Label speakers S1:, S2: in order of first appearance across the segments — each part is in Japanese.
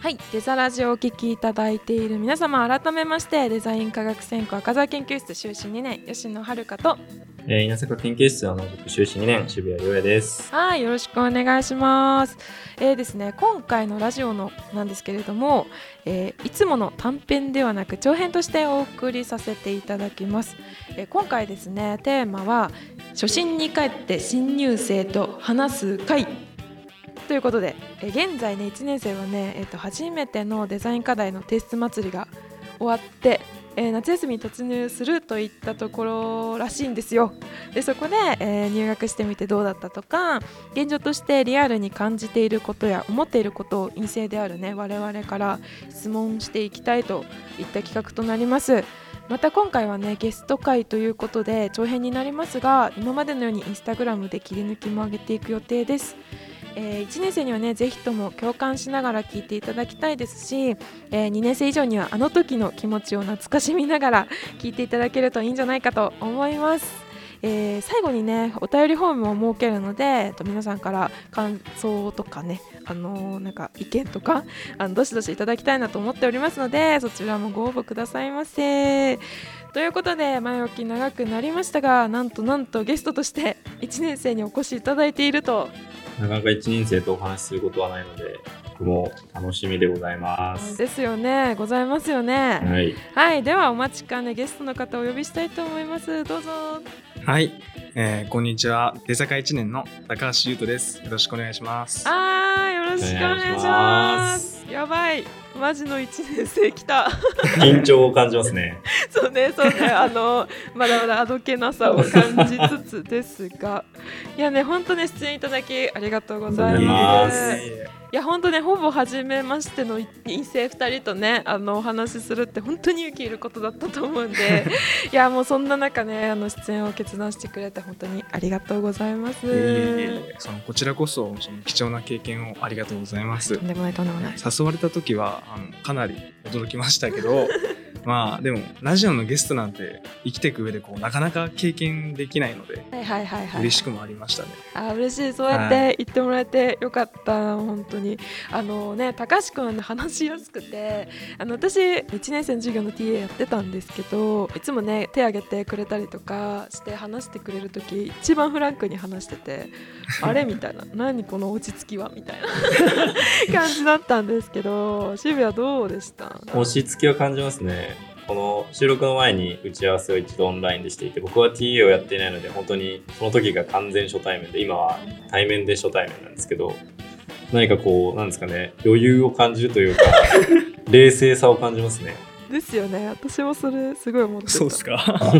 S1: はい、デザラジをお聞きいただいている皆様改めましてデザイン科学専攻赤澤研究室修士2年吉野遥と
S2: えー、稲坂研究室は同じく修士2年渋谷亮也です。
S1: はいよろしくお願いします。えーですね今回のラジオのなんですけれども、えーいつもの短編ではなく長編としてお送りさせていただきます。えー今回ですねテーマは初心に帰って新入生と話す会ということで、えー現在ね1年生はね、えー、と初めてのデザイン課題の提出祭りが終わって、えー夏休みに突入するといったところらしいんですよ。でそこで、えー入学してみてどうだったとか現状としてリアルに感じていることや思っていることを陰性であるね我々から質問していきたいといった企画となります。また今回はねゲスト会ということで長編になりますが今までのようにインスタグラムで切り抜きも上げていく予定です。え1年生にはねぜひとも共感しながら聞いていただきたいですし、え2年生以上にはあの時の気持ちを懐かしみながら聞いていただけるといいんじゃないかと思います。えー最後にねお便りフォームを設けるので、えっと、皆さんから感想とかね、あのーなんか意見とかあのどしどしいただきたいなと思っておりますのでそちらもご応募くださいませ。ということで前置き長くなりましたがなんとなんとゲストとして1年生にお越しいただいていると
S2: なかなか1年生とお話しすることはないので、僕も楽しみでございます。
S1: ですよねございますよね。
S2: はい。
S1: はいではお待ちかねゲストの方をお呼びしたいと思いますどうぞ。
S3: はい、えー、こんにちは。出坂一年の高橋優斗です。よろしくお願いします。
S1: あーよろしくお願いします。やばいマジの1年生来た。
S2: 緊張を感じます ね。
S1: そうね、そうね、あの、まだまだあどけなさを感じつつですが。いやね、本当ね、出演いただき、ありがとうござい
S2: ありがとうご
S1: ま
S2: ざ
S1: す。いや、本当ね、ほぼ初めましての陰性二人とね、あの、お話しするって、本当に勇気いることだったと思うんで。いや、もう、そんな中ね、あの、出演を決断してくれて、本当にありがとうございます。と
S3: いえいえいえい
S1: ん
S3: えそのこちらこそその貴重な経験をありがとうございます。
S1: でもない、とんでもない。
S3: 誘われた時はあのかなり驚きました けど、まあでもラジオのゲストなんて生きていく上でこうなかなか経験できないので
S1: はい、はい、はい、はい。
S3: 嬉しくもありましたね。
S1: あー嬉しいそうやって言ってもらえてよかったな本当にあのね高橋君話しやすくてあの私1年生の授業の TA やってたんですけどいつもね手挙げてくれたりとかして話してくれる時一番フランクに話して てあれみたいな何この落ち着きはみたいな 感じだったんですけど渋谷どうでした
S2: 落ち着きを感じますね。この収録の前に打ち合わせを一度オンラインでしていて、僕は TA をやっていないので、本当にその時が完全初対面で、今は対面で初対面なんですけど、何かこう、なんですかね、余裕を感じる というか、冷静さを感じますね。
S1: ですよね私も それすごい思ってた
S3: そうですか。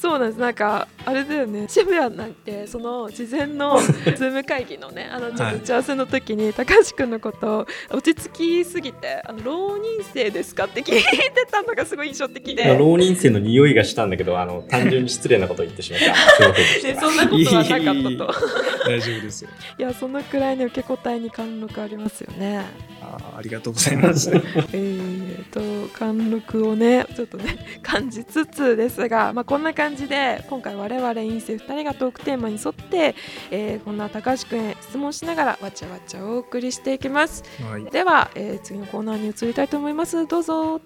S1: そうなんですなんかあれだよね渋谷なんてその事前のズーム会議のねあのちょっと打ち合わせの時に高橋君のこと落ち着きすぎて「あの浪人生ですか?」って聞いてたのがすごい印象的で。
S2: 浪人生の匂いがしたんだけど、あの、単純に失礼なことを言ってし まった。すいませんでした
S1: でそんなことはなかったと
S3: 大丈夫ですよ。
S1: いやそのくらいの受け答えに貫禄ありますよね。
S3: あーありがとうござい ます。
S1: えー、と貫禄をねちょっとね 感じつつですが、まあ、こんな感じで今回我々院生2人がトークテーマに沿って、えーこんな高橋君へ質問しながらわちゃわちゃお送りしていきます
S3: はい。
S1: では、えー次のコーナーに移りたいと思いますどうぞ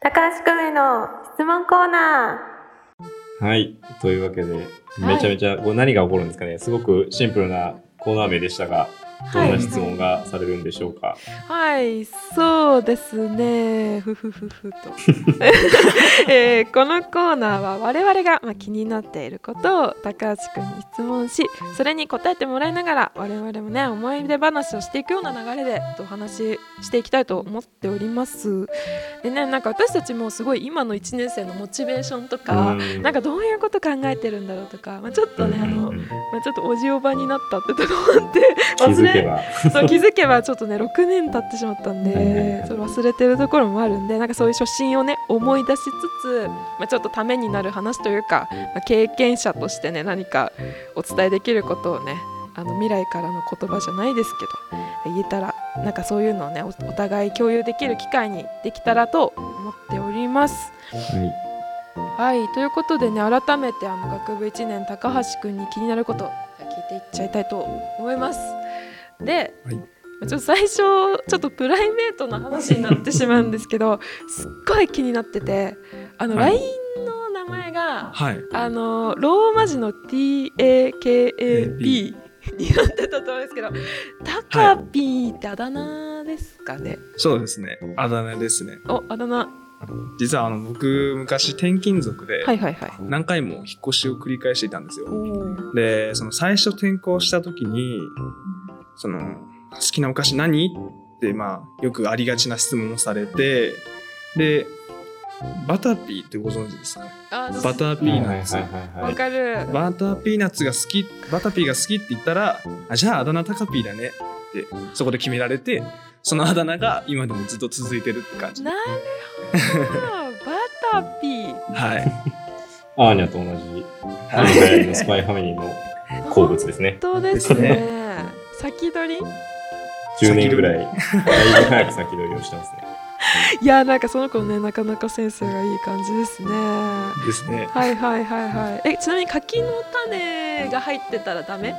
S1: 高橋君への質問コーナ
S2: はい。というわけで、めちゃめちゃ、これ何が起こるんですかね。すごくシンプルなコーナー名でしたが、
S1: ー
S2: どんな質問がされるんでしょうか。
S1: はい、そうですね。ふふふ ふと、えーこのコーナーは我々がまあ気になっていることを高橋くんに質問し、それに答えてもらいながら我々もね思い出話をしていくような流れでお話ししていきたいと思っております。でね、なんか私たちもすごい今の1年生のモチベーションとか、
S2: うん
S1: なんかどういうこと考えてるんだろうとか、まあちょっとねあの、ま
S2: うんうんうん
S1: あちょっとおじおばになったってところって
S2: 気づ
S1: 忘
S2: け
S1: れ
S2: ば。
S1: そう気づけばちょっとね6年経ってしまったん
S2: はいはいは
S1: で
S2: い
S1: それ忘れてるところもあるんでなんかそういう初心をね思い出しつつ、まあ、ちょっとためになる話というか、まあ、経験者としてね何かお伝えできることをねあの未来からの言葉じゃないですけど言えたらなんかそういうのをねおお互い共有できる機会にできたらと思っております。
S2: はい。
S1: はいということでね改めてあの学部1年高橋くんに気になること聞いていっちゃいたいと思います。で、
S3: はい
S1: まあちょっと最初ちょっとプライベートな話になってしまうんですけどすっごい気になっててあの
S3: はい
S1: LINE の名前が
S3: はい。
S1: あのローマ字の TAKAP になってたと思うんですけどタカピーってあだ名ですかね、
S3: そうですね。あだ名ですね。
S1: おあだ名
S3: 実はあの僕昔転勤族で
S1: はいはいはい
S3: 何回も引っ越しを繰り返していたんです
S1: お
S3: よ。
S1: ー
S3: で、その最初転校した時に、その好きなお菓子何ってまあよくありがちな質問をされて、で、バターピーってご存知ですかね。
S1: あ
S3: バターピーナッツ。
S1: わかる、
S3: バターピーナッツが好き、バターピーが好きって言ったら、あじゃああだ名タカピーだねって、そこで決められて、そのあだ名が今でもずっと続いてるって感じ。
S1: な
S3: は
S1: るほどバタピー
S3: い。
S2: アーニャと同じ、ア
S3: は
S2: メ
S3: い。
S2: リカのスパイファミリーの 好物ですね。
S1: 本当ですね
S3: です
S1: 先取り
S2: 10年ぐらい、だいぶ早く先取りをしてますね。
S1: いやなんかその子ねなかなかセンスがいい感じですねは
S3: ですね。
S1: いはいはいはいえちなみに柿の種が入ってたらダメ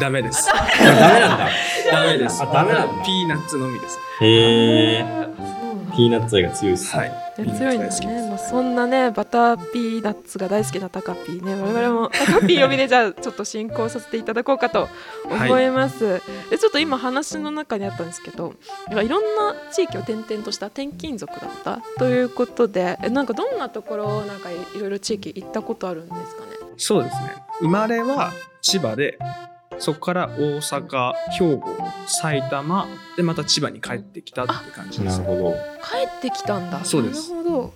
S3: ダメです。
S2: ダメなんだ。
S3: ダメです。
S2: あダメなんだ
S3: ピーナッツのみです。
S1: そうな
S2: へえ。
S1: んだ
S2: ピーナッツ愛が強いですね。
S3: はい。ピーナッツ
S1: 強いん
S3: 大
S1: だ
S3: 好き
S1: ね、まあ、そんなねバターピーナッツが大好きなタカピーね我々もタカピー呼びでじゃあちょっと進行させていただこうかと思います、でちょっと今話の中にあったんですけどなんかいろんな地域を転々とした転勤族だったということでえなんかどんなところなんかいいろいろ地域行ったことあるんですかね
S3: そうですね。生まれは千葉で、そこから大阪、兵庫、埼玉、でまた千葉に帰ってきたって感じで
S2: な
S3: す
S2: る。ほど。
S1: 帰ってきたんだ
S3: そうです
S1: なるほど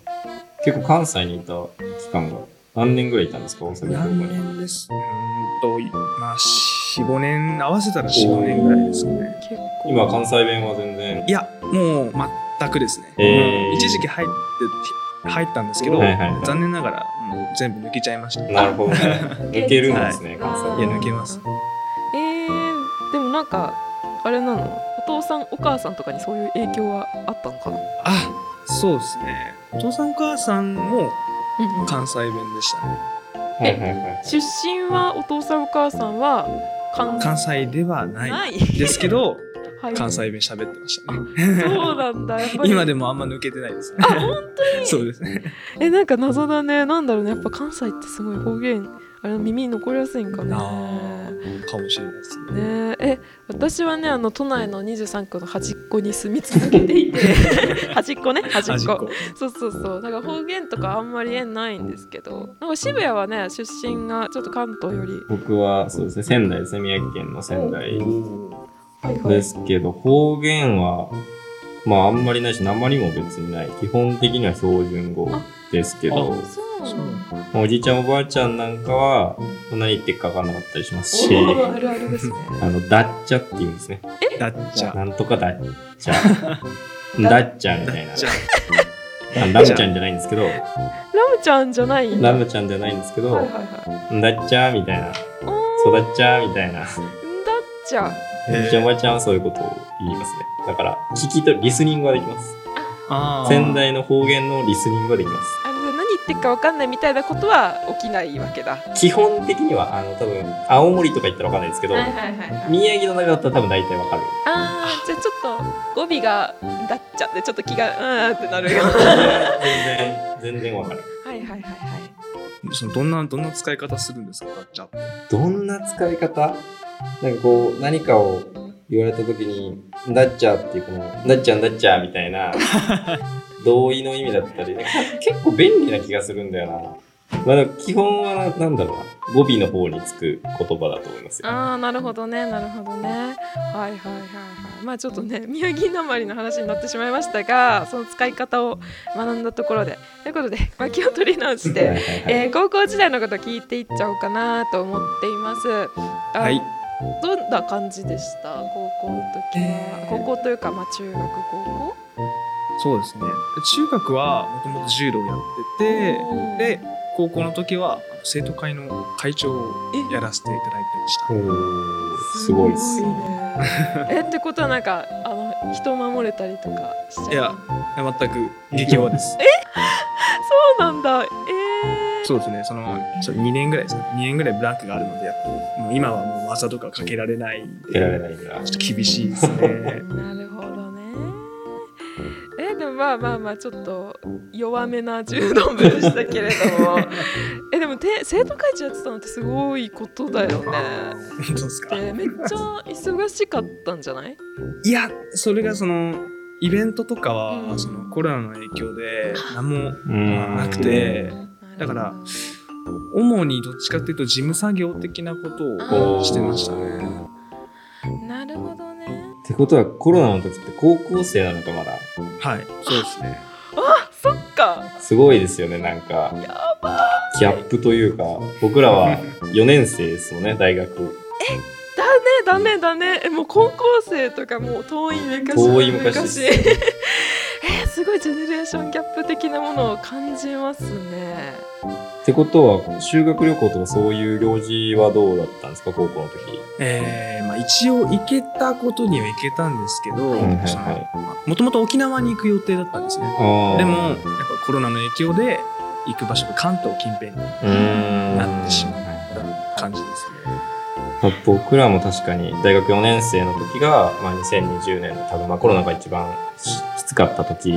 S2: 結構関西にいた期間が何年ぐらいいたんですか大阪高校
S3: 何
S2: に。
S3: 年ですうーんと、いまあ、4、5年、合わせたら4、5年ぐらいですかね。
S1: 結構
S2: 今関西弁は全然。
S3: いや、もう全くですね。
S2: えー
S3: うん一時期入って、入ったんですけど、
S2: はいはいはい
S3: 残念ながら、もう全部抜けちゃいました。
S2: なるほどね。 抜けるんですね、関
S1: あー
S2: 西弁。
S3: いや抜けます
S1: えー、でもなんかあれなのお父さんお母さんとかにそういう影響はあったのかな、
S3: あ、そうですね。お父さんお母さんも
S1: うんうん
S3: 関西弁でしたね。
S2: はいはいはい。
S1: 出身はお父さんお母さんは関
S3: 関西ではない
S1: い
S3: ですけど、
S1: はい、
S3: 関西弁喋ってましたね。
S1: そうなんだやっぱり
S3: 今でもあんま抜けてないですね。
S1: あ本当に
S3: そうですね。
S1: えなんか謎だねなんだろうねやっぱ関西ってすごい方言あれ耳に残りやすいんか
S3: あ
S1: な
S3: ーかもしれないですね。
S1: ねええ私はねあの都内の23区の端っこに住み続けていて端っこね端っこ
S3: 端っこ。
S1: そうそうそうだから方言とかあんまり縁ないんですけどなんか渋谷はね出身がちょっと関東より
S2: 僕はそうですね、仙台ですね、宮城県の仙台
S1: はいはい
S2: ですけど、方言は、まああんまりないし、鉛も別にない。基本的には標準語ですけど、
S1: そうな
S3: そ
S1: の
S3: う
S2: おじいちゃんおばあちゃんなんかは、何言ってるかわかんなかったりしますし、
S1: おーあるあるですね
S2: あの、ダッチャって言うんですね。
S3: だっちゃ。
S2: なんとかダッチャ。ダッチャみたいな
S3: だっちゃ。
S2: あラムちゃんじゃないんですけど、
S1: ラムちゃんじゃない
S2: ラムちゃんじゃないんですけど、
S1: は
S2: ダ
S1: いはいはい
S2: ッチャみたいな、
S1: お
S2: そ
S1: ー
S2: ダッチャみたいな。
S1: だっちゃん
S2: おじいちゃんおばあちゃんはそういうことを言いますね。だから、聞きとリスニングはできます。
S3: あー
S2: 仙台の方言のリスニングはできま
S1: あれだ何言ってるか分かんないみたいなことは起きないわけだは
S2: す。基本的には、あの、多分、青森とか行ったらわかんないですけど、
S1: はいはい
S2: 宮城の中だったら多分大体わかる。
S1: あーじゃあちょっと語尾が「だっちゃ」でちょっと気が「うーん」って なるよは
S2: 全然、全然わかる。
S1: いはいはいはい
S3: そのどんなどんな使い方するんですかだっちゃって。
S2: どんな使い方なんかこう、何かを言われた時に、なっちゃっていうこの、なっちゃんなっちゃみたい な、同意の意味だったり、なんか結構便利な気がするんだよな。まあでも基本はな、なんだろうな、語尾の方につく言葉だと思いますよ。
S1: ああなるほどねなるほどねはいはいはいはいまあちょっとね宮城なまりの話になってしまいましたがその使い方を学んだところでということでまあ気を取り直し
S2: はいは
S1: て、
S2: いはい
S1: えー高校時代のこと聞いていっちゃおうかなと思っていますあ
S3: はい。
S1: どんな感じでした高校の時は、
S3: えー
S1: 高校というかまあ中学高校
S3: そうですね。中学はもともと柔道や
S1: おー
S3: ってて、で、高校の時は生徒会の会長をやらせていただいてました。
S2: おーすごいっす。
S1: ね えってことはなんかあの人を守れたりとかしちゃう
S3: いや、全く激弱です。
S1: そうなんだえ
S3: そうですね、その、そう2年ぐらいですね。2年ぐらいブランクがあるので、やっぱもう今はもう技とかかけられないん
S2: 出
S3: で。
S2: られないんだ。
S3: ちょっと厳しいです ね。
S1: なるほどね。えでもまあまあまあちょっと弱めな柔道部でしたけれど もえでもて生徒会長やってたのってすごいことだよね。
S3: 本当ですか。
S1: でめっちゃ忙しかったんじゃない
S3: いや、それがその、イベントとかは、
S1: うん
S3: そのコロナの影響で何も
S2: うん
S3: なくて
S1: うん
S3: だから主にどっちかっていうと事務作業的なことをしてましたね。
S1: なるほどね
S2: ってことはコロナの時って高校生なのかまだ
S3: はい、そうですね。
S1: あそっか
S2: すごいですよねなんか
S1: や
S2: ギャップというか僕らは4年生ですもんね大学
S1: だねだねだねえもう高校生とかもう遠い昔
S2: 遠い昔です
S1: えすごいジェネレーションギャップ的なものを感じますね
S2: ってことは修学旅行とかそういう行事はどうだったんですか高校の時
S3: えーまあ、一応行けたことには行けたんですけど、
S2: いはいはい
S3: そのまあもともと沖縄に行く予定だったんですね。で
S2: で
S3: もやっぱコロナの影響で行く場所が関東近辺に
S2: うーん
S3: なってしまった感じですね。
S2: まあ僕らも確かに大学4年生の時が、まあ、2020年の多分まあコロナが一番しきつかった時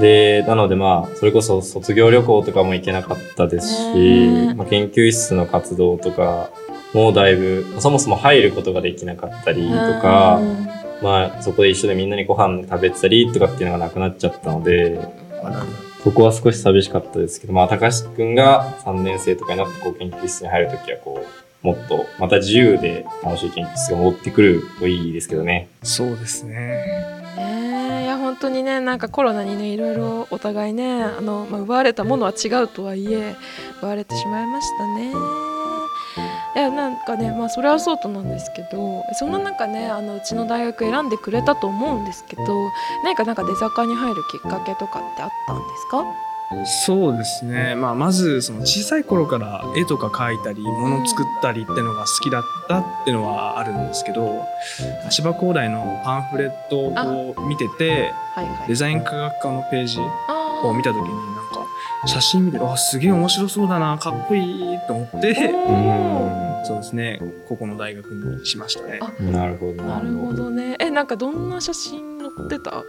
S2: でなのでまあそれこそ卒業旅行とかも行けなかったですし
S1: ねえ、
S2: まあ、研究室の活動とかもうだいぶそもそも入ることができなかったりとか、まあ、そこで一緒でみんなにご飯食べてたりとかっていうのがなくなっちゃったので
S3: あらら
S2: そこは少し寂しかったですけど、まあ、高橋くんが3年生とかになってこう研究室に入るときはこう、もっとまた自由で楽しい研究室が戻ってくるといいですけどね。
S3: そうですね。
S1: ねえいや本当にねなんかコロナにねいろいろお互いねあの、まあ、奪われたものは違うとはいえ奪われてしまいましたね。いやなんかねまあそれはそうとなんですけどそんな中ねあのうちの大学選んでくれたと思うんですけど何かなんか出坂に入るきっかけとかってあったんですか
S3: そうですね、まあ、まずその小さい頃から絵とか描いたり物作ったりってのが好きだったってのはあるんですけど千葉工大のパンフレットを見てて
S1: はいは
S3: デ
S1: い。
S3: ザイン科学科のページ
S1: あ
S3: を見た時になんか写真見てあすげえ面白そうだなかっこいいと思って
S1: お
S3: そうですねここの大学にしましたね
S1: あ。
S2: なるほど。
S1: ーなるほ。どね。えなんかどんな写真載ってた？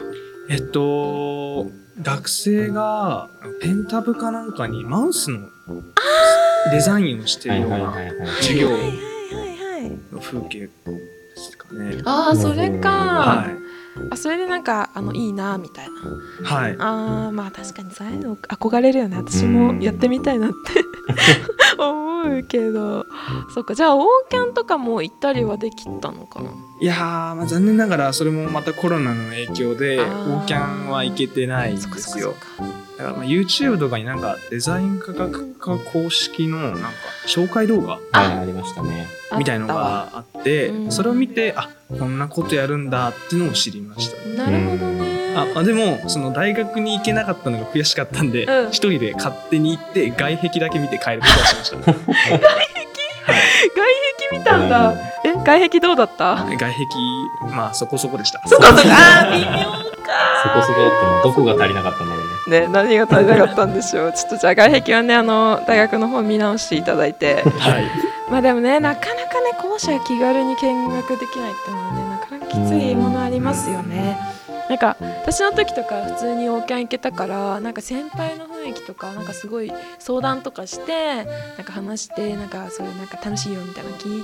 S3: えっと学生がペンタブかなんかにマウスのデザインをして
S2: はい
S3: る
S2: い
S3: よう
S2: はい
S3: な
S2: はいはい。
S3: 授業
S1: はいはいはいはい。
S3: の風景ですかね。
S1: ああそれか。
S3: は。
S1: あそれでなんかあのいいなみたいない
S3: はい。
S1: あーまあ確かにそういうの憧れるよね私もやってみたいなって思うけどそっかじゃあオーキャンとかも行ったりはできたのかない
S3: やー、まあ、残念ながら、それもまたコロナの影響で、
S1: あ
S3: オ
S1: ー
S3: ーキャンは行けてないんで
S1: そっかそ
S3: す
S1: っかそっ
S3: よ。
S1: か
S3: だから、まあ、YouTube とかになんか、デザイン科学科公式の、なんか、紹介動画
S2: はい、ありましたね。
S1: あ
S3: みたいのがあって
S1: う、ん
S3: それを見て、あ、こんなことやるんだっていうのを知りましたね。
S1: なるほどね
S3: あ、まあ、でも、その大学に行けなかったのが悔しかったんで、
S1: うん
S3: 一人で勝手に行って、外壁だけ見て帰ることはしましたね。
S1: 外壁見たんだえ外壁どうだった
S3: 外壁、まあ、そこそこでした。
S1: そこそこあー微妙か
S2: そこそこだったのどこが足りなかったんだろうね。
S1: ね何が足りなかったんでしょう ちょっとじゃあ外壁はねあの大学の方見直していただいて
S3: はい。
S1: まあでもねなかなかね校舎気軽に見学できないっていうのはねなかなかきついものありますよね。なんか私の時とか普通にオーキャン行けたからなんか先輩の雰囲気とかなんかすごい相談とかしてなんか話してなんかそういうなんか楽しいよみたいなの聞い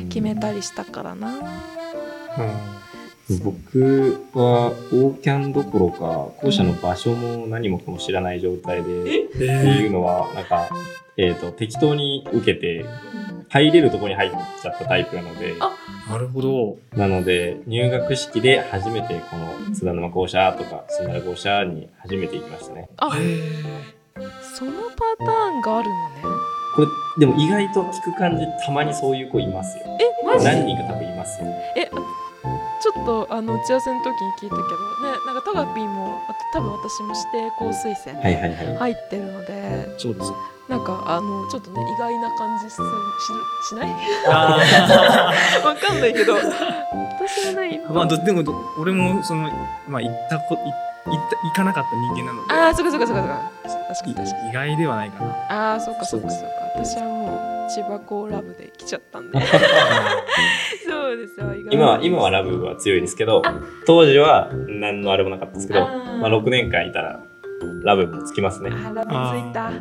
S1: て決めたりしたからな。
S2: 僕はオーキャンどころか校舎の場所も何もかも知らない状態で、っ
S3: え
S2: ていう
S3: ー、
S2: のはなんか、えー、と適当に受けて入れるとこに入っちゃったタイプなので
S1: あ
S3: なるほど。
S2: なので入学式で初めてこの津田沼校舎とか津田沼校舎に初めて行きましたね
S1: あ
S3: え
S1: そのパターンがあるのね。
S2: これでも意外と聞く感じたまにそういう子いますよ
S1: えマジ
S2: 何人か多分いますよ
S1: えちょっとあの打ち合わせの時に聞いたけどねなんかトガピーもあと多分私も指定校推薦
S2: はいはいはい
S1: 入ってるので
S3: そうです。
S1: なんかあのちょっとね意外な感じするししない わかんないけど私はない
S3: まあ、どでもど、俺も、その、まあ、行ったこ、行っった行かなかった人間なので
S1: ああ、そっかそっかそっかそっか。確かに確かに。
S3: い意外ではないかな
S1: ああ、そっかそっかそっか。私はもう千葉校ラブで来ちゃったん で。そうですよ。意外
S2: 今は今はラブは強いですけど
S1: あ
S2: 当時は何のあれもなかったですけど
S1: あー
S2: まあ、6年間いたらラブもつきますね
S1: あーラブついた。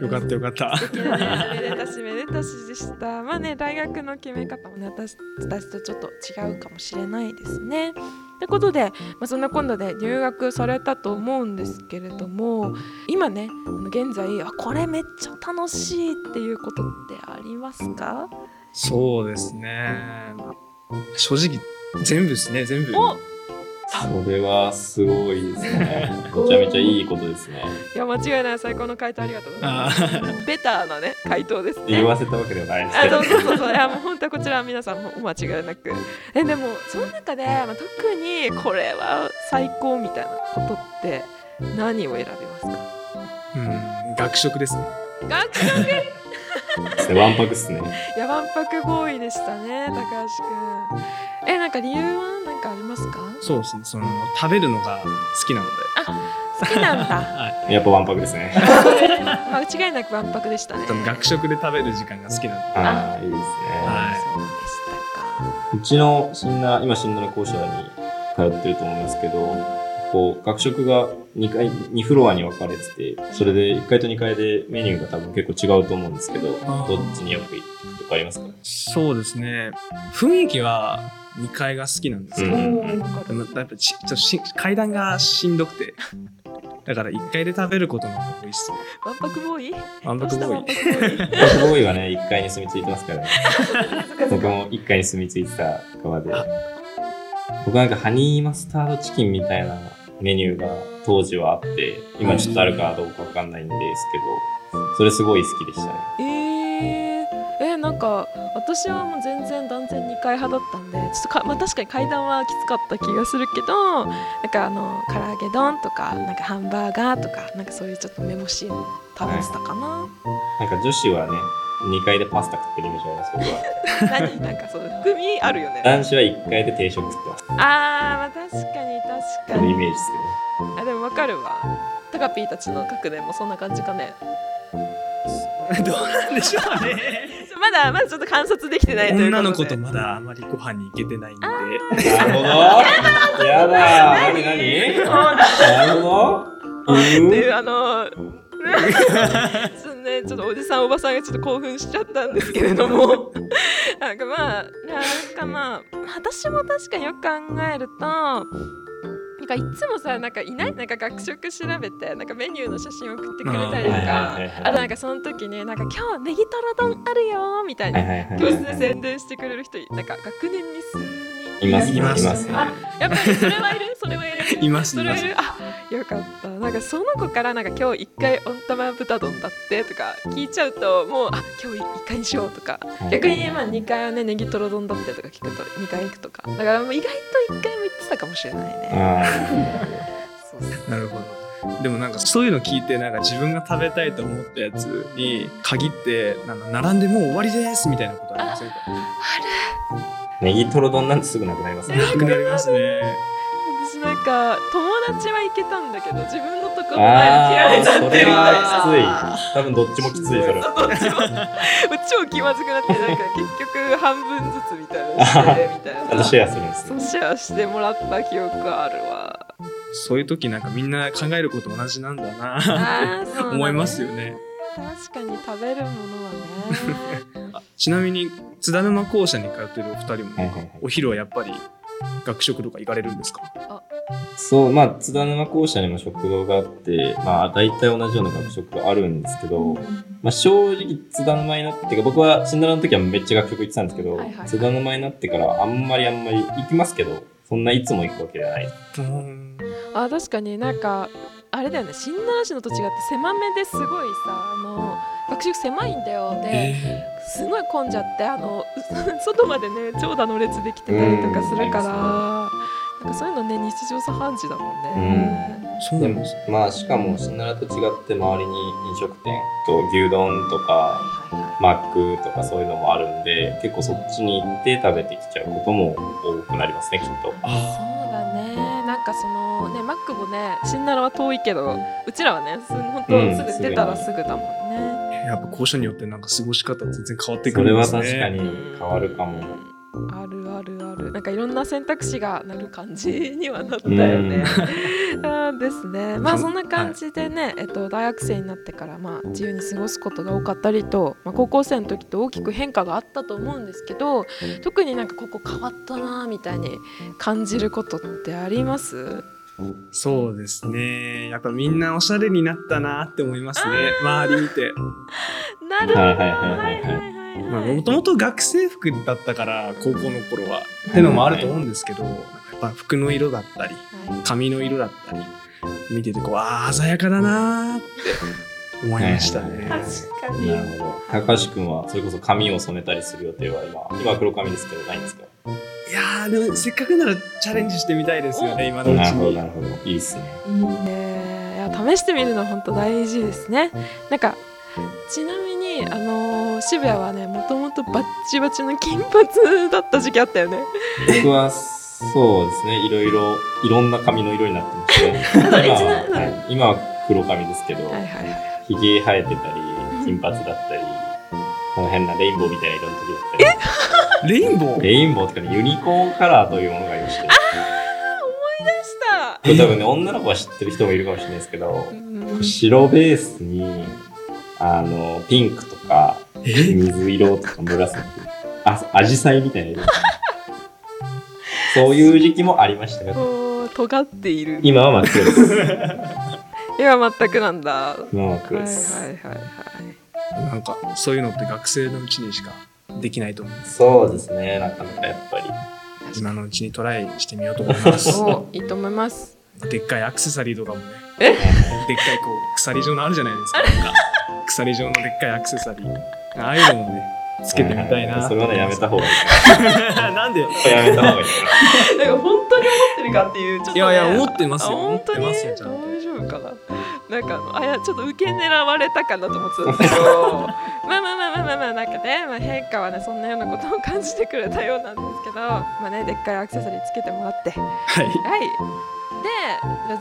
S3: よかったよかった
S1: 素敵なね、めでたしめでたしでした。まあね、大学の決め方もね、私たちとちょっと違うかもしれないですね。ということで、まあ、そんな今度で入学されたと思うんですけれども今ねあの現在あこれめっちゃ楽しいっていうことってありますか
S3: そうですね正直全部ですね全部
S1: おい
S2: それはすごいです ねめちゃめちゃいいことですね
S1: や間違いない最高の回答ありがとうございま
S3: あ
S1: す
S3: ー
S1: ベターなね回答ですね
S2: 言わせたわけではないです
S1: あ
S2: けど
S1: そうそう そうそういやもう本当はこちらは皆さんもお間違いなくえでもその中で、まあ、特にこれは最高みたいなことって何を選びますか
S3: うん学食ですね
S1: 学食
S2: ですねわんぱくっすね
S1: いやわんぱくボーイでしたね高橋くんえなんか理由は何かありますか
S3: そうですねその食べるのが好きなので
S1: 好きなん だ
S3: はい
S2: やっぱわんぱくですね
S1: 間違いなくわんぱくでしたね
S3: その学食で食べる時間が好きなので
S2: ああいいですね、
S3: はい
S1: そうでしたか
S2: うちの新な今新なの校舎に通ってると思いますけどこう学食が2階2フロアに分かれててそれで1階と2階でメニューが多分結構違うと思うんですけどど
S3: あー
S2: っちによく行くとかありますか
S3: そうですね雰囲気は2階が好きなんですけど、
S2: うん
S1: わか
S3: で
S1: る
S3: もやっぱちちょっとし階段がしんどくてだから1階で食べることの方が多いっすね
S1: わんぱくボーイ
S3: ワンパクボーイ
S1: イ
S2: 僕ボーイはね1階に住み着いてますからね僕も1階に住み着いてた側で
S3: あ
S2: 僕なんかハニーマスタードチキンみたいなメニューが当時はあって今ちょっとあるかどうかわかんないんですけどそれすごい好きでしたね
S1: えー、えーなんか私はもう全然断然2階派だったんでちょっとか、まあ、確かに階段はきつかった気がするけどなんかあの唐揚げ丼とかなんかハンバーガーとかなんかそういうちょっとめぼしいの食べてたかな、
S2: なんか女子はね2階でパスタ食ってるイメージありますけど僕は
S1: 何なんかそう含みあるよねあ
S2: 男子は1階で定食食ってます
S1: ーまあ確かに
S2: そ
S1: 確か
S2: のイ
S1: に
S2: メージです
S1: あでもわかるわタカピーたちの学年もそんな感じかね
S3: どうなんでしょうね
S1: まだまだちょっと観察できて ないということで
S3: 女の子とまだあまりご飯に行けてないんで
S2: けどなるほどやだー何
S1: そうだ
S2: 何なるほど
S1: っていううあのそう ねちょっとおじさんおばさんがちょっと興奮しちゃったんですけれども なんかまあなんかまあ私も確かよく考えるとなんかいつもさなんかいないなんか学食調べてなんかメニューの写真送ってくれたりと
S2: うん
S1: か
S2: はいはいはいはい
S1: あとなんかその時になんか今日ネギトロ丼あるよーみたい
S2: んは
S1: ない
S2: はいはい
S1: 教室で宣伝してくれる人なんか学年に数人
S2: います
S3: います
S2: います
S1: あやっぱりそれはいるそれはいる
S3: います
S1: そ
S3: い
S1: れ
S3: ま
S1: は
S3: す
S1: るあよかったなんかその子からなんか今日一回温玉豚丼だってとか聞いちゃうともうあ今日一回にしようとか逆にまあ2回はねネギトロ丼だってとか聞くと2回行くとかだからもう意外と1回も行ってたかもしれないね
S2: あ
S1: そうそう
S3: なるほどでもなんかそういうの聞いてなんか自分が食べたいと思ったやつに限ってなんか並んでもう終わりですみたいなことありませんか
S2: ーネギトロ丼なんてすぐなくなりますね
S3: なくなりますね
S1: 私なんか友達は行けたんだけど自分のところ
S2: あ
S1: 前に切ら
S2: ー
S1: れちゃっ
S2: そ
S1: て
S2: れ
S1: み
S2: はきつい多分どっちもきついそれ
S1: た
S2: は
S1: いなどっちも超気まずくなってなんか結局半分ずつみたいなしてみたい
S2: ちゃんと
S1: な
S2: シェアするんです
S1: そ
S2: ね
S1: うシェアしてもらった記憶があるわ
S3: そういう時なんかみんな考えること同じなんだ な
S1: あーそう
S3: って
S1: だね
S3: 思いますよね。
S1: 確かに食べるものはね
S3: あちなみに津田沼校舎に通ってるお二人も、
S2: はいはいはい
S3: お昼はやっぱり学食とか行かれるんですか
S2: そうまあ津田沼校舎にも食堂があってまあ大体同じような学食があるんですけど、まあ、正直津田沼になってか僕は新奈良の時はめっちゃ学食行ってたんですけど、
S1: はいはいはい
S2: 津田沼になってからあんまりあんまり行きますけどそんないつも行くわけじゃない
S3: ボーン
S1: あ確かになんかあれだよね新奈良市のと違って狭めですごいさあの学習狭いんだよで、
S3: え
S1: すごい混んじゃってあの 外までね長蛇の列できてたりとかするから、なんかそういうのね日常茶飯事だもんね、
S3: ーそう
S2: で
S3: なん
S2: も
S3: ですね
S2: まあしかも新奈良と違って周りに飲食店と牛丼とか
S1: はいはいはい
S2: マックとかそういうのもあるんで結構そっちに行って食べてきちゃうことも多くなりますねきっと。
S3: あ
S1: そうだねなんかそのねマックもね新奈良は遠いけどうちらはねす本
S2: うん
S1: 当すぐ出たらすぐだもんね。
S3: やっぱ校舎によってなんか過ごし方全然変わってく
S2: そ
S3: る
S2: れ
S3: んで
S2: は
S3: すね。
S2: 確かに変わるかも。
S1: うんあるあるあるなんかいろんな選択肢がなる感じにはなったよね。あーですね。まあそんな感じでね、えっと、大学生になってから、まあ、自由に過ごすことが多かったりと、まあ、高校生の時と大きく変化があったと思うんですけど特になんかここ変わったなみたいに感じることってあります
S3: そうですね。やっぱみんなおしゃれになったなって思いますね。周り見て。
S1: なるほど
S2: はいはいはいはい
S1: はいはい
S3: まあ、
S1: はい
S3: もともと学生服だったから、高校の頃は。ってのもあると思うんですけど、なんかやっぱ服の色だったり、髪の色だったり、見ててこう、ああ、鮮やかだなーって思いましたね。
S1: はい確かに
S2: なるほど。高橋君はそれこそ髪を染めたりする予定は今、今は黒髪ですけどないんですか
S3: いやー、でもせっかくならチャレンジしてみたいですよね、今のうち
S2: なるほど、
S3: に
S2: な。るほど。いいですね。
S1: いいねいや試してみるの本当大事ですねなんかちなみにあのー渋谷はねもともとバッチバチの金髪だった時期あったよね
S2: 僕は、そうですね。いろいろ、いろんな髪の色になってまして、 今
S1: だ一
S2: は
S1: 年、だ
S2: はい今は黒髪ですけど、
S1: はいはいはい
S2: ひげ生えてたり、金髪だったり、この変なレインボーみたいな色の時だった
S3: レインボ
S2: り、
S3: ー
S2: レインボーとかね、ユニコーンカラーというものがありまして、
S1: でした
S2: これ多分ね、女の子は知ってる人もいるかもしれないですけど、
S1: うん
S2: 白ベースに、あの、ピンクとか、
S3: え
S2: 水色とか紫あアジサイみたいな色そういう時期もありましたが
S1: こう尖っている
S2: 今は真っ黒です
S1: 今全くなんだは
S2: 今は真っ
S1: い
S2: 黒
S1: はい
S2: です、
S1: はいはい
S3: なんか、そういうのって学生のうちにしかできないと思う。
S2: そうですねなかなかやっぱり
S3: 今のうちにトライしてみようと思いま す。
S1: おいいと思います
S3: でっかいアクセサリーとかもね。でっかいこう鎖状のあるじゃないですか。なんか鎖状のでっかいアクセサリー。ああいうのもね、つけてみたいな。
S2: それはねやめた方がいい
S3: なんで
S2: や めた方がいい
S1: なんか本当に思ってるかっていうちょっとね、
S3: いやいや、思ってます
S1: あ
S3: よ。思
S1: 本
S3: っ
S1: 当
S3: て
S1: に
S3: ますよ、ちゃんと。
S1: 大丈夫かななんかあのあいやちょっと受け狙われたかなと思ってたんですけどまあまあまあまあまあまあなんかね、まあ、陛下はねそんなようなことを感じてくれたようなんですけどまあねでっかいアクセサリーつけてもらっては
S3: はい。
S1: い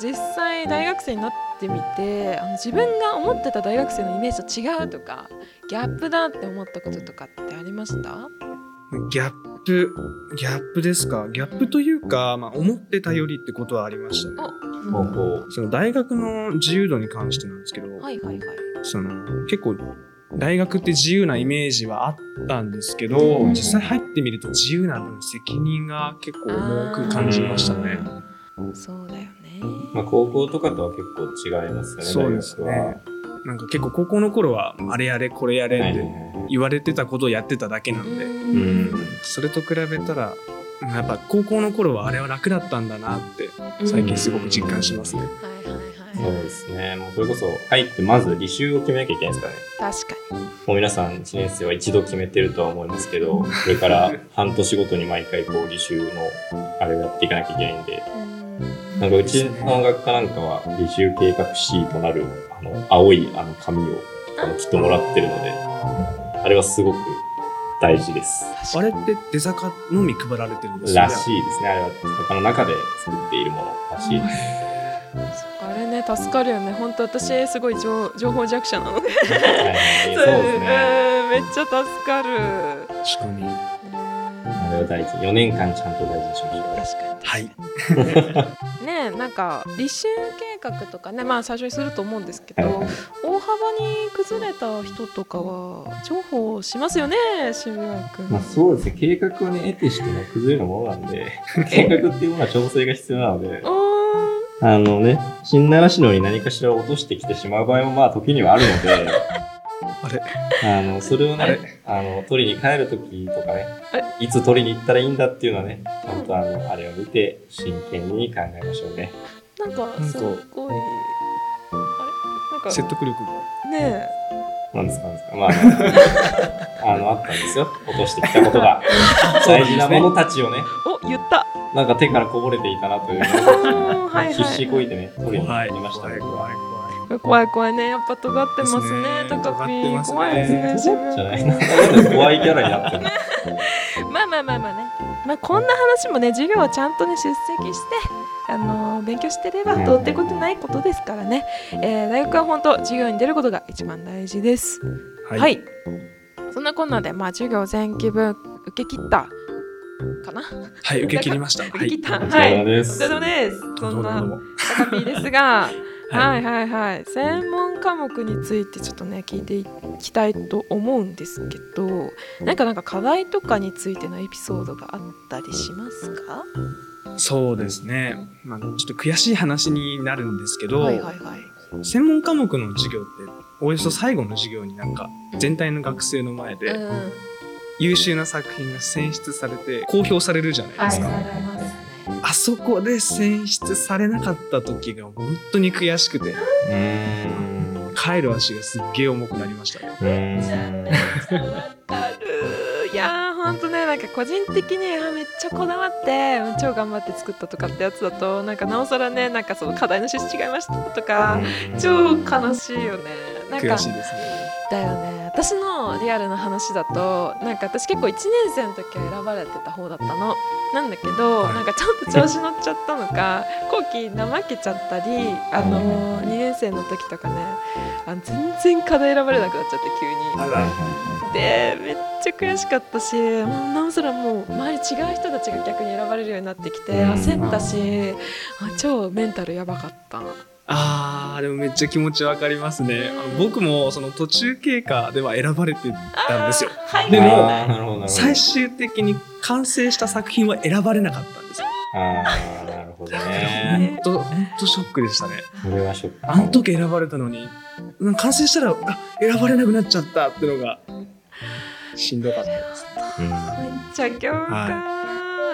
S1: で実際大学生になってみてあの自分が思ってた大学生のイメージと違うとかギャップだって思ったこととかってありました
S3: ギャップ、ギャップですか。ギャップというか、まあ、思ってたよりってことはありましたね。
S2: 方法
S3: その大学の自由度に関してなんですけど、
S1: はいはいはい
S3: その結構大学って自由なイメージはあったんですけど、
S2: うん
S3: 実際入ってみると自由な分責任が結構重く感じましたね。
S1: そうだよね
S2: まあ高校とかとは結構違いますよね
S3: そうですね
S2: 大学は
S3: なんか結構高校の頃はあれやれこれやれ
S2: は
S3: っ
S2: いはい
S3: て
S2: はい
S3: 言われてたことをやってただけなんで、
S2: うん
S3: それと比べたらやっぱ高校の頃はあれは楽だったんだなって最近すごく実感しますね。
S1: はいはい
S2: そ
S1: は
S2: う
S1: い
S2: ですねもうそれこそ入ってまず履修を決めなきゃいけないですからね
S1: 確か
S2: もう皆さん1年生は一度決めてるとは思いますけど、これから半年ごとに毎回こう履修のあれをやっていかなきゃいけないんで、
S1: に
S2: なんかうちの学科なんかは履修計画 C となるあの青いあの紙をあのきっともらってるので、あれはすごく大事です。
S3: あれって出坂のみ配られてるんですよ
S2: ら
S3: ね。
S2: しいですね。あれは学科の中で作っているものらしいです。
S1: あれね助かるよね本当私すごい情情報弱者なので
S2: はいそうですね。
S1: んめっちゃ助かる
S3: 確かに。
S2: あれは大事。4年間ちゃんと大事にしましょう。
S1: 確かに
S3: はい。
S1: ねえなんか履修計画とかねまあ最初にすると思うんですけど
S2: はいはい
S1: 大幅に崩れた人とかは重宝しますよね渋谷君
S2: まあ、そうですね、計画をね、得てしてね、崩れるものなんで、 計画っていうものは調整が必要なので、
S1: うん
S2: あのね、新奈良市のように何かしら落としてきてしまう場合もまあ時にはあるので、
S3: あれ
S2: あの、それを
S3: あれ
S2: ね、あの、取りに帰るときとかね
S1: あ、
S2: いつ取りに行ったらいいんだっていうのはね、ちゃんとあの、あれを見て、真剣に考えましょうね。
S1: なんかすっごいあれなん
S3: 説得力が。
S1: かね
S2: なんですか、なんですか。まああの、あの、あったんですよ。落としてきたことが。大事なものたちをね、
S1: お言った
S2: なんか手からこぼれていたなという。
S1: はいはい
S2: 必死こいてね、取りに行きました、
S3: 怖い
S2: 僕
S3: 怖い
S2: は。
S3: 怖い
S1: 怖い怖いねやっぱ尖ってますね
S3: ですね
S1: タカピ
S3: 尖って
S1: ー
S3: ますね
S1: 怖いですね自分
S2: じ ゃない な。怖いキャラになってる。
S1: まあまあまあまあね、まあ、こんな話もね授業をちゃんとね出席して、あのー勉強してればどうってことないことですからね、えー大学は本当授業に出ることが一番大事です。はい、
S3: はい。
S1: そんなこんなで、まあ、授業前期分受け切ったかな、
S3: はい、受け切りました。
S1: 受け切った
S2: お疲
S1: は
S2: れ様
S1: い
S2: で
S1: お疲
S2: す。
S1: れ様です
S3: ど
S1: そ
S3: うんも
S1: ん
S3: どう
S1: な
S3: も。
S1: タカピーですがはい
S3: い。
S1: はいはい専門科目についてちょっとね聞いていきたいと思うんですけどなんかなんか課題とかについてのエピソードがあったりしますか
S3: そうですね。まあ、ちょっと悔しい話になるんですけど、
S1: はいはいはい
S3: 専門科目の授業って、およそ最後の授業になんか、全体の学生の前で、
S1: うんうん
S3: 優秀な作品が選出されて、公表されるじゃない
S1: はい
S3: ですか。
S1: はいはいはい
S3: あそこで選出されなかった時が本当に悔しくて、
S2: うーん。
S3: 帰る足がすっげえ重くなりましたね。
S2: うーん
S1: わかるいやーほんとねなんか個人的にあめっちゃこだわってうん超頑張って作ったとかってやつだとなんかなおさらねなんかその課題の趣旨違いましたとか超悲しいよねなん
S3: 悔
S1: か
S3: しいですね。
S1: だよね私のリアルな話だとなんか私結構1年生の時は選ばれてた方だったのなんだけど、
S3: はい
S1: なんかちょっと調子乗っちゃったのか後期怠けちゃったりあのー、2年生の時とかねあの全然課題選ばれなくなっちゃって急に。
S3: あら、
S1: でめっちゃ悔しかったしもうなおさらもう周り違う人たちが逆に選ばれるようになってきて
S2: うん
S1: 焦ったしあ超メンタルやばかった
S3: あーでもめっちゃ気持ちわかりますねあの僕もその途中経過では選ばれてたんですよ
S1: はい
S3: でも
S2: あーなるほどなるほど。
S3: 最終的に完成した作品は選ばれなかったんですよ
S2: ああ、なるほどね。
S3: 本当本当ショックでしたね
S2: これはショック。
S3: あの時選ばれたのにうん完成したらあ選ばれなくなっちゃったってのがしんどかったです
S2: うん
S1: めっちゃ共感、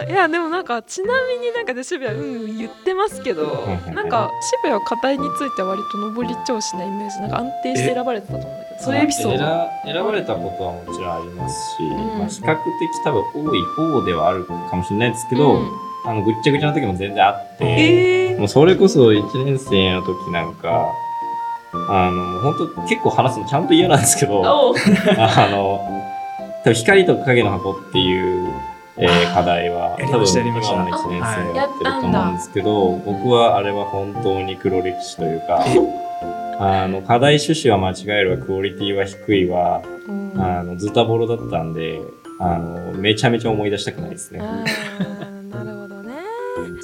S1: い、やでもなんかちなみになんかで渋谷うん言ってますけど
S2: はいはい
S1: なんか渋谷は課題については割と上り調子なイメージなんか安定して選ばれてたと思うんだけどそういうエピソード
S2: まあ選選ばれたことはもちろんありますし、
S1: ん
S2: まあ、比較的多分多い方ではあるかもしれないですけど、
S1: うん
S2: あのぐっちゃぐちゃな時も全然あって、
S1: えー
S2: もうそれこそ1年生の時なんかあの本当結構話すのちゃんと嫌なんですけどあ
S1: おう
S2: の多分光と影の箱っていう、えー課題は
S3: やり
S2: 多
S3: ま
S2: 分
S3: した
S2: 今の
S3: や
S2: 1
S1: ま
S3: り
S1: した
S2: 年
S3: は
S2: 生
S3: い
S2: やってると思うんですけど、僕はあれは本当に黒歴史という か。あの課題趣旨は間違えるわクオリティは低いわ
S1: うんあ
S2: あのズタボロだったんであのめちゃめちゃ思い出したくないですね
S1: ーなるほどね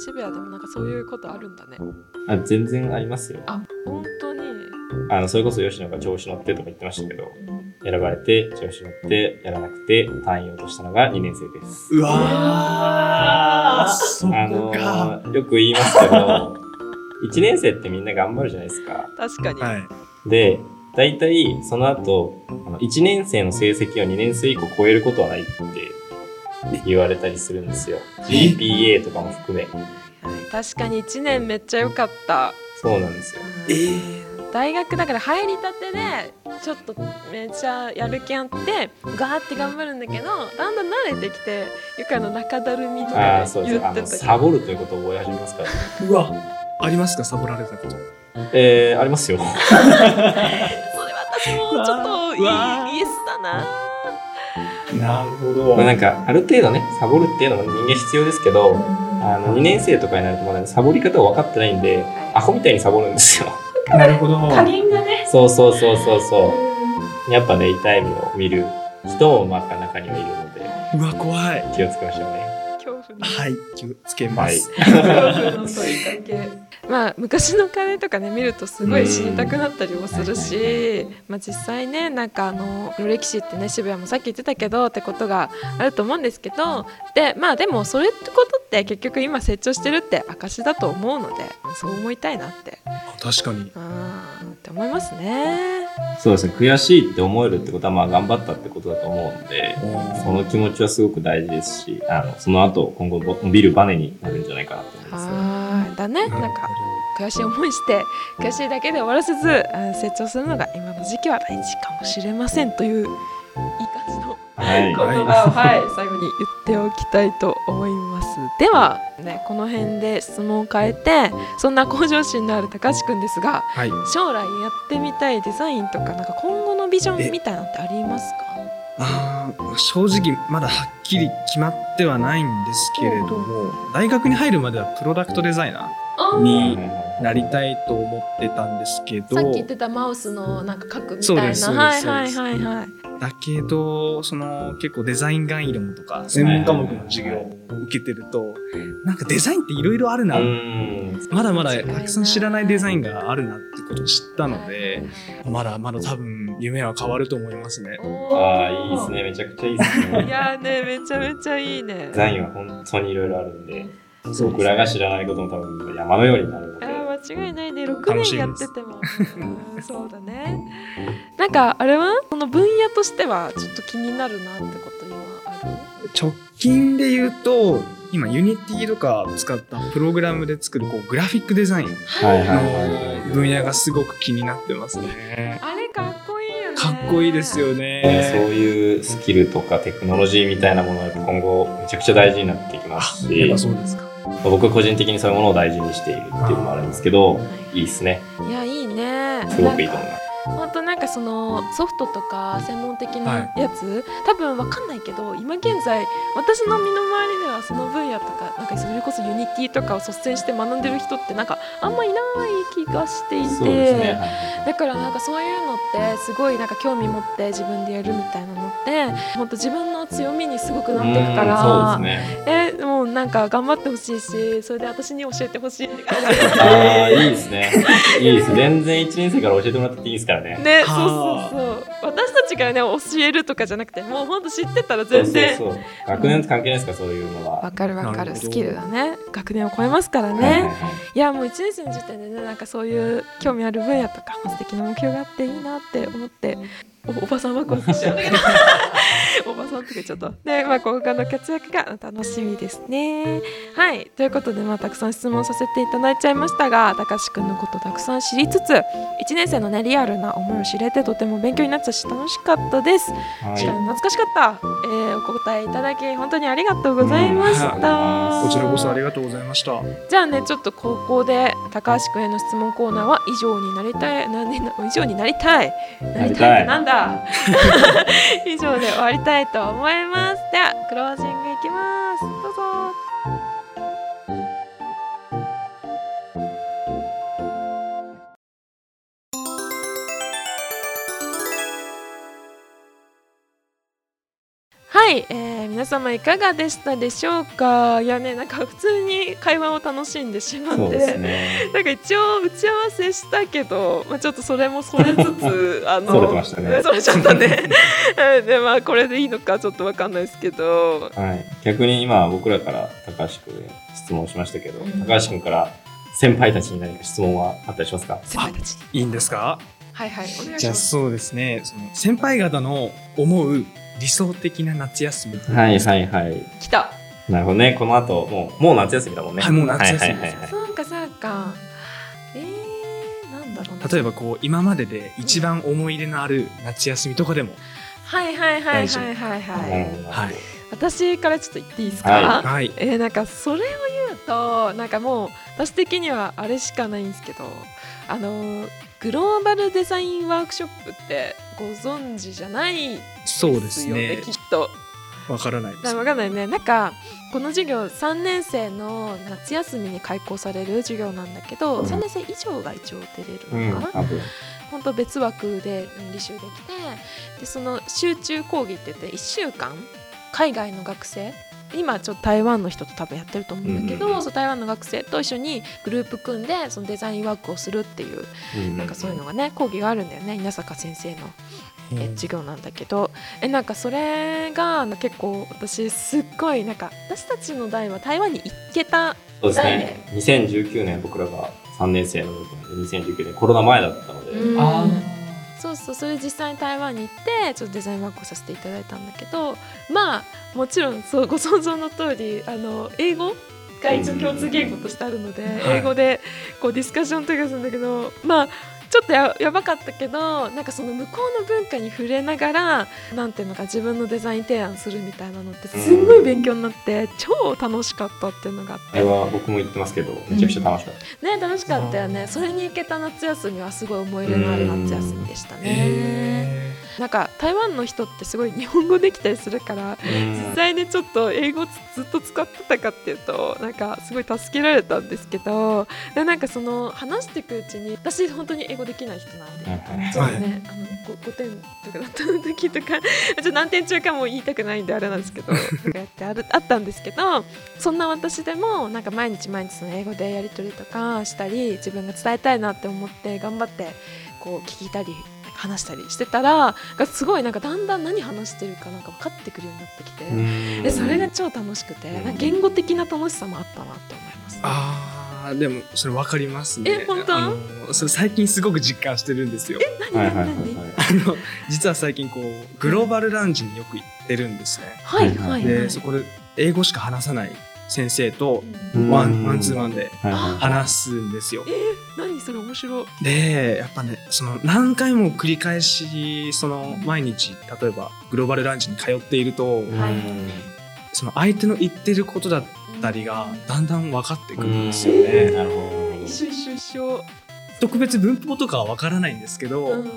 S1: 渋谷でもなんかそういうことあるんだね
S2: あ全然ありますよ
S1: あ本当に、
S2: あのそれこそ吉野が調子乗ってとか言ってましたけど選ばれて調子乗ってやらなくて単位を落としたのが2年生です
S3: うわーそ
S2: あ
S3: こ
S2: の
S3: か
S2: よく言います けど1年生ってみんな頑張るじゃないですか
S1: 確かに、
S3: はい
S2: で大体その後あの1年生の成績を2年生以降超えることはないって言われたりするんですよ GPA とかも含め
S1: 確かに1年めっちゃ良かった、
S2: そうなんですよ
S3: え
S1: 大学だから入りたてでちょっとめっちゃやる気あってガーって頑張るんだけどだんだん慣れてきてゆかの中だるみと
S2: あ
S1: か
S2: あそうで
S1: 言
S2: すあ
S1: って
S2: の
S1: たけ
S2: サ
S1: ど
S2: ボるということを覚え始めますから、
S3: うわありますかサボられたこと
S2: えー、ありますよ
S1: それ私もちょっと
S3: うわー
S1: イイエスだな
S3: なるほど
S2: まあなんかある程度ねサボるっていうのも人間必要ですけどあの2年生とかになるとまだ、ね、サボり方を分かってないんでアホみたいにサボるんですよ
S3: なるほど
S1: 輪がね
S2: そうそうそうそうそうやっぱね痛い目を見る人もまあ中にはいるので
S3: うわ怖い
S2: 気をつけましょうね
S1: 恐怖の
S3: はい気をつけます、
S1: まあ昔のカレーとかね見るとすごい死にたくなったりもするし、まあ、実際ねなんかあの黒歴史ってね渋谷もさっき言ってたけどってことがあると思うんですけどでまあでもそれってことって結局今成長してるって証だと思うのでそう思いたいなって
S3: 確かに
S1: あーって思いますね。
S2: そうですね悔しいって思えるってことはまあ頑張ったってことだと思うんでその気持ちはすごく大事ですしあのその後今後伸びるバネになるんじゃないかなと思いますね
S1: はいだねなんか悔しい思いして悔しいだけで終わらせずあ成長するのが今の時期は大事かもしれませんといういい感じの
S2: はい
S1: 言葉を、はい、最後に言っておきたいと思います。では、ねこの辺で質問を変えてそんな向上心のある高橋くんですが
S3: はい。
S1: 将来やってみたいデザインとかなんか今後のビジョンみたいなのってありますか
S3: あー正直まだはっきり決まってはないんですけれども大学に入るまではプロダクトデザイナ
S1: あ
S3: ー
S1: ー
S3: になりたいと思ってたんですけど
S1: さっき言ってたマウスのなんか書くみた
S3: そ
S1: いうな
S3: ですそうで
S1: はい
S3: す
S1: はい
S3: そう
S1: は
S3: で
S1: い
S3: す
S1: はい
S3: だけどその結構デザイン概論とか専門科目の授業を受けてるとなんかデザインっていろいろあるな、
S2: うん
S3: まだまだたくさん知らないデザインがあるなってことを知ったのでまだまだ多分夢は変わると思いますね。
S1: おー
S2: ああ、いいですね。めちゃくちゃいいです
S1: い
S2: ね。
S1: やーねめちゃめちゃいいね
S2: デザインは本当にいろいろあるんで、
S3: そうですね
S2: 僕らが知らないことも多分山のようになるの
S1: あ
S2: で。
S1: ー間違いないね6
S3: 楽
S1: 年
S3: しみ
S1: やっ
S3: です
S1: ててもうんそうだね なんかあれはこの分野としてはちょっと気になるなってこと今あ
S3: 直近で言うと今ユニティとか使ったプログラムで作るこうグラフィックデザイン
S2: はいはいはい
S3: の分野がすごく気になってますね
S1: る。あれかっこいいよね
S3: かっこいいですよ
S2: そう
S3: ね。
S2: いうスキルとかテクノロジーみたいなものが今後めちゃくちゃ大事になっていきます
S3: やっぱ
S2: し
S3: そうですか。
S2: 僕個人的にそういうものを大事にしているっていうのもあるんですけどいいですね
S1: いやいいね
S2: すごくいいと思います
S1: 本当なんかそのソフトとか専門的なやつ、多分わかんないけど今現在私の身の回りではその分野とかなんかそれこそユニティとかを率先して学んでる人ってなんかあんまいない気がしていて
S2: そうですね、はい
S1: だからなんかそういうのってすごいなんか興味持って自分でやるみたいなのって本当自分の強みにすごくなっていくか
S2: うん
S1: ら
S2: そうですね
S1: えもうなんか頑張ってほしいしそれで私に教えてほしいって感じ
S2: ああいいですねいいです全然1年生から教えてもらっていいですからね
S1: ね、そう
S3: はあ
S1: そうそう私たちがね教えるとかじゃなくてもうほんと知ってたら全然
S2: そうそうそう学年と関係ないですかそういうのは
S1: わかるわかる
S3: なるほど
S1: スキルだね学年を超えますからね、
S2: はい
S1: い
S2: はいはい
S1: やもう1年生の時点でねなんかそういう興味ある分野とか素敵な目標があっていいなって思っておおばさんワ クワクしちゃうんだけどおばさんとか言っちゃったでまあ今後の活躍が楽しみですねはいということでまあたくさん質問させていただいちゃいましたが高橋くんのことたくさん知りつつ1年生のねリアルな思いを知れてとても勉強になったし楽しかったですしかも懐かしかった、えーお答えいただき本当にありがとうございました、
S2: うんはい
S3: こちらこそありがとうございました。
S1: じゃあねちょっと高校で高橋君への質問コーナーは以上になりたい何にな以上になりたいなりたい
S2: りた
S1: って
S2: い
S1: なんだ 以上で終わりたいと思いますではクロージングいきますどうぞはい、えー皆様いかがでしたでしょうかいやねなんか普通に会話を楽しんでしまって
S2: そうですね
S1: なんか一応打ち合わせしたけど、まあ、ちょっとそれもそれつ つあの
S2: それてました ね
S1: それちゃったねうんでまあこれでいいのかちょっとわかんないですけど
S2: はい逆に今僕らから高橋君へ質問しましたけど、
S1: うん
S2: 高橋君から先輩たちに何か質問はあったりしますか
S1: 先輩たちに
S3: いいんですか
S1: はいはいお願い
S3: じ
S1: し
S3: ゃあ
S1: ます
S3: そうですね。その先輩方の思う理想的な夏休み。
S2: はいはいはい
S1: 来た
S2: なるほどねこの後もうもう夏休みだもんね
S3: はいもう夏休み
S2: はいはいはいはい
S1: そうかそうかえー、なんだろうな
S3: 例えばこう今までで一番思い入れのある夏休みとかでも。
S1: はいはいはい
S3: 大事
S1: はいはいはい、
S2: なるほど
S3: はい。
S1: 私からちょっと言っていいですか、
S2: はい
S3: はい。
S1: えーなんかそれを言うとなんかもう私的にはあれしかないんですけどあのーグローバルデザインワークショップってご存知じゃないで
S3: そうですす
S1: よね
S3: ね
S1: きっ。と。
S3: わからない
S1: だ
S3: です
S1: か。らわかんないねなんかこの授業3年生の夏休みに開講される授業なんだけど
S2: うん
S1: 3年生以上が一応出れ
S2: う
S1: る
S2: ん
S1: のかな、
S2: 多分
S1: 本当別枠でうん履修できてでその集中講義って言って1週間海外の学生今ちょっと台湾の人と多分やってると思うんだけど、
S2: うんうんうん
S1: そう台湾の学生と一緒にグループ組んでそのデザインワークをするっていうなんかそういうのがね講義があるんだよね稲坂先生のえ
S3: うん
S1: 授業なんだけどえなんかそれが結構私すっごいなんか私たちの代は台湾に行けた
S2: そうですね2019年僕らが3年生の時なんで2019年コロナ前だったので、
S1: うん
S3: あ
S1: そうそうそれ実際に台湾に行ってちょっとデザインワークをさせていただいたんだけどまあもちろんそうご想像の通りあの英語が一応共通言語としてあるので、
S3: はい
S1: 英語でこうディスカッションとかするんだけどまあちょっとややばかったけどなんかその向こうの文化に触れながらなんていうのか自分のデザイン提案するみたいなのってすんごい勉強になって超楽しかったっていうのがあっ
S2: あ
S1: て
S2: れは僕も言ってますけどめちゃくちゃ楽しかった、
S1: ね楽しかったよねそれに行けた夏休みはすごい思い入れのある夏休みでしたねなんか台湾の人ってすごい日本語できたりするから実際にちょっと英語つずっと使ってたかっていうとなんかすごい助けられたんですけどでなんかその話していくうちに私本当に英語できない人なんで。
S2: はい
S1: ちょっとね、あの 5, 点とかだった時とかちょっと何点中かも言いたくないんであれなんですけ どとかやってあるあったんですけどそんな私でもなんか毎日毎日その英語でやり取りとかしたり自分が伝えたいなって思って頑張ってこう聞いたり話したりしてたらがすごいなんかだんだん何話してるかなんか分かってくるようになってきて。
S2: うん
S1: でそれが超楽しくて、
S2: うん
S1: なんか言語的な楽しさもあったなと思います。
S3: あーでもそれ分かりますね
S1: え本当
S3: あのそれ最近すごく実感してるんですよ
S1: 何
S2: はい
S1: 何
S2: はいはい
S1: 何
S3: あの実は最近こうグローバルラウンジによく行ってるんですね
S1: はい
S2: はい
S1: はいは
S3: で
S1: い。
S3: そこで英語しか話さない先生と
S1: うん
S2: うん
S3: ワンワンツーワンで
S2: はいはい
S3: 話すんですよ
S1: え何それ面白い。
S3: でやっぱねその何回も繰り返しその毎日例えばグローバルラウンジに通っていると
S2: うん
S1: はい
S3: その相手の言ってることだったりがだんだん分かってくるんですよ
S2: うん
S3: ね
S2: なるほど
S1: 一緒一緒一緒。
S3: 特別文法とかは分からないんですけど、
S1: うん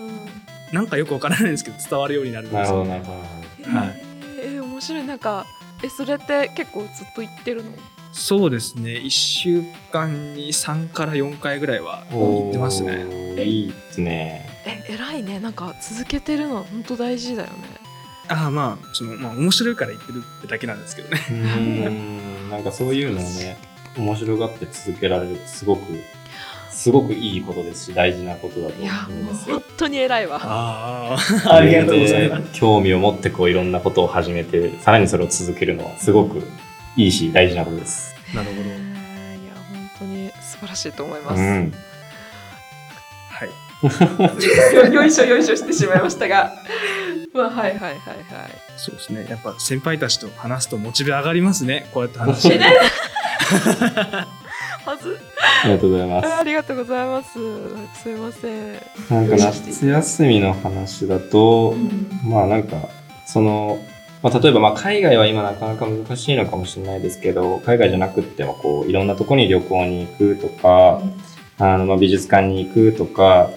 S3: なんかよく分からないんですけど伝わるようになるん
S2: な
S3: で
S2: る
S3: す
S2: ほ
S3: よ
S2: どなるほど
S3: はい
S1: えー、面白いなんかえそれって結構ずっと言ってるの。
S3: そうですね1週間に3から4回ぐらいは行ってますね
S2: おーいいですね
S1: え偉いねなんか続けてるの本当大事だよね。
S3: ああまあその、まあ、面白いから行ってるってだけなんですけどね
S2: うんなんかそういうのをね面白がって続けられるすごくすごくいいことですし大事なことだと
S1: いや
S2: 思い
S1: もう
S2: ますよ
S1: 本当に偉いわ。
S3: あ あありがとうございます
S2: す興味を持ってこういろんなことを始めてさらにそれを続けるのはすごくいいし大事なことです
S3: なるほど
S1: えーいや本当に素晴らしいと思いま
S2: う
S1: す。
S2: ん
S3: はい
S1: よよいしょよいしょしてしまいました が。まあはいはいはいはい。
S3: そうですねやっぱ先輩たちと話すとモチベ上がりますねこうやって
S1: し
S3: 話して
S1: な
S3: て
S1: いはず
S2: ありがとうございま
S1: あ
S2: す
S1: ありがとうございますすいません、
S2: なんか夏休みの話だとまあなんかその、まあ、例えばまあ海外は今なかなか難しいのかもしれないですけど海外じゃなくってもこういろんなとこに旅行に行くとかあのまあ美術館に行くとか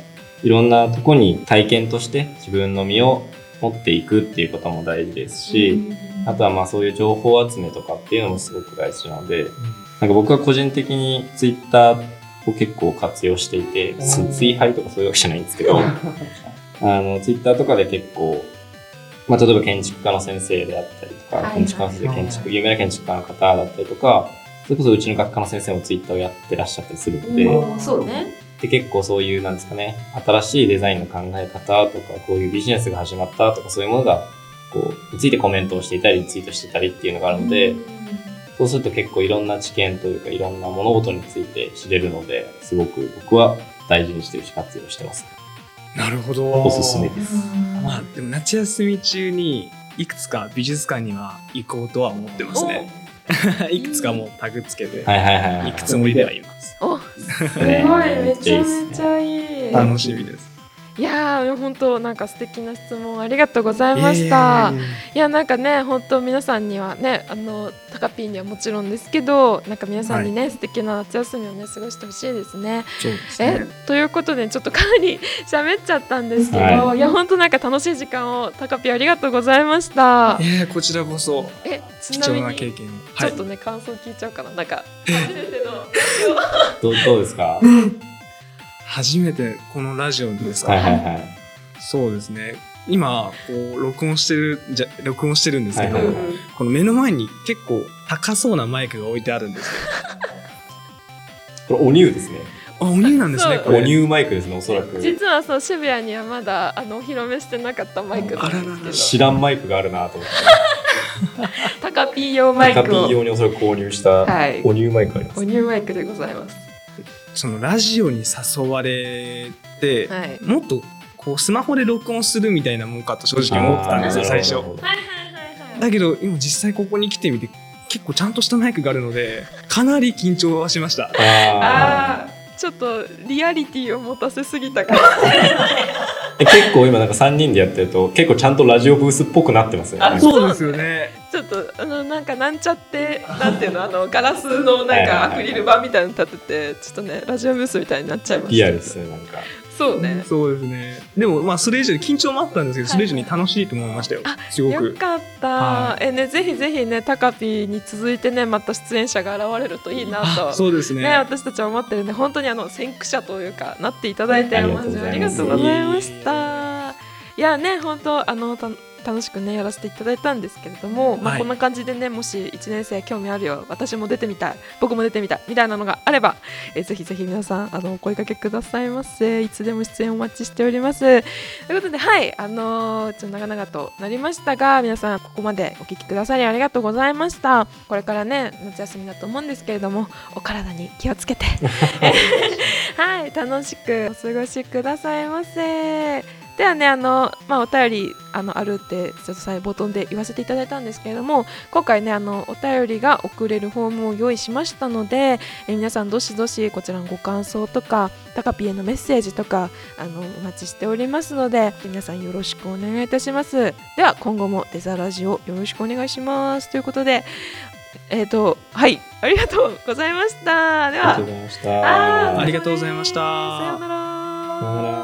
S2: いろんなとこに体験として自分の身を持っていくっていうことも大事ですし、あとはまあそういう情報集めとかっていうのもすごく大事なのでなんか僕は個人的にツイッターを結構活用していて別に追廃とかそういうわけじゃないんですけど。 あの、ツイッターとかで結構、まあ、例えば建築家の先生であったりとか、
S1: はいはい
S2: 建築家の先生、建築、有名な建築家の方だったりとか、それこそうちの学科の先生もツイッターをやってらっしゃったりするので、
S1: そうね
S2: で結構そういう、なんですかね、新しいデザインの考え方とか、こういうビジネスが始まったとか、そういうものが、こう、についてコメントをしていたり、ツイートしてたりっていうのがあるので、そうすると結構いろんな知見というか、いろんな物事について知れるので、すごく僕は大事にしてるし、活用してます。
S3: なるほど
S2: おすすめです。
S3: まあでも夏休み中にいくつか美術館には行こうとは思ってますね いくつかもうタグつけて
S2: はいはいはいはい。
S3: いくつもりではいます
S1: お
S2: す
S1: すごいめちゃめちゃいい
S3: 楽しみです
S1: いやー本当なんか素敵な質問ありがとうございました
S3: いえいえいえい
S1: いやなんかね本当皆さんにはねあのタカピーにはもちろんですけどなんか皆さんにね、素敵な夏休みをね過ごしてほしいですね
S3: えそうです
S1: え
S3: ね
S1: ということでちょっとかなり 喋っちゃったんですけど、、
S2: はい
S1: や本当なんか楽しい時間をタカピーありがとうございました
S3: え。えこちらこそ
S1: えち
S3: 貴
S1: なみ
S3: 重な経
S1: に
S3: 験を
S1: ち
S3: は
S1: ょ
S3: い
S1: っとね、感想聞いちゃうかななんか初めての
S2: どうどうですか
S3: 初めてこのラジオですか、
S2: はいはいはい。
S3: そうですね今こう録音してるじゃ録音してるんですけど、
S2: はいはいはい
S3: この目の前に結構高そうなマイクが置いてあるん ですよ
S2: これ、お乳ですね。
S3: あお乳なんですね
S1: そう
S3: こ
S2: お
S3: れ
S2: 乳マイクですね、おそらく。
S1: 実はそう渋谷にはまだあのお披露目してなかったマイクなん
S3: あらら
S1: です
S3: ら
S2: 知らんマイクがあるなと思って。
S1: けどタカピー用マ
S2: タ
S1: イ
S2: カ
S1: ク
S2: ピー
S1: を
S2: 用におそらく購入した
S1: はい
S2: お乳マイクありま
S1: お
S2: す。
S1: ニューマイクでございます
S3: そのラジオに誘われて、
S1: はいはい
S3: もっとこうスマホで録音するみたいなもんかと正直思ってたんですよ
S2: あー
S3: 最初
S2: なるほど
S1: はいはい
S3: だけど今実際ここに来てみて結構ちゃんとしたマイクがあるのでかなり緊張はしました
S1: あ
S2: あ
S1: ちょっとリアリティを持たせすぎた から
S2: 結構今なんか3人でやってると結構ちゃんとラジオブースっぽくなってますよね
S3: あそうですよね。
S1: ちょっとあのなんかなんちゃってなんていうのあのガラスのなんかアクリル板みたいなの立ててちょっとねラジオブースみたいになっちゃいました
S2: リアルですねなんか
S1: そうね
S3: そうですね。でもまあそれ以上に緊張もあったんですけど、それ以上に楽しいと思いましたよ。すご
S1: よ
S3: く。
S1: かった、
S3: は
S1: えねぜひぜひねタカピーに続いてねまた出演者が現れるといいなと
S3: あそうです
S1: ね
S3: ね。
S1: 私たちは思ってるんで本当にあの先駆者というかなっていただいて
S2: ありが
S1: マ
S2: とう
S1: ジ
S2: ご
S1: であ
S2: ざい
S1: り
S2: ま
S1: が
S2: す
S1: とうございましたいやね本当あのた楽しくねやらせていただいたんですけれども、まあ
S3: はい
S1: こんな感じでねもし1年生興味あるよ私も出てみたい僕も出てみたいみたいなのがあればえーぜひぜひ皆さんあのお声掛けくださいませいつでも出演お待ちしておりますということではいあのーちょっと長々となりましたが皆さんここまでお聞きくださりありがとうございましたこれからね夏休みだと思うんですけれどもお体に気をつけ てはい楽しくお過ごしくださいませではねあの、まあ、お便りあのあるってちょっと最後冒頭で言わせていただいたんですけれども今回ねあのお便りが送れるフォームを用意しましたのでえー皆さんどしどしこちらのご感想とかタカピへのメッセージとかあのお待ちしておりますので皆さんよろしくお願いいたしますでは今後もデザラジオよろしくお願いしますということでえっ、とはいありがとうございましたで
S2: ありが
S1: は
S2: とうございまし
S1: あ
S2: た
S1: ー
S3: ありがとうございました
S1: さようなら
S2: さようなら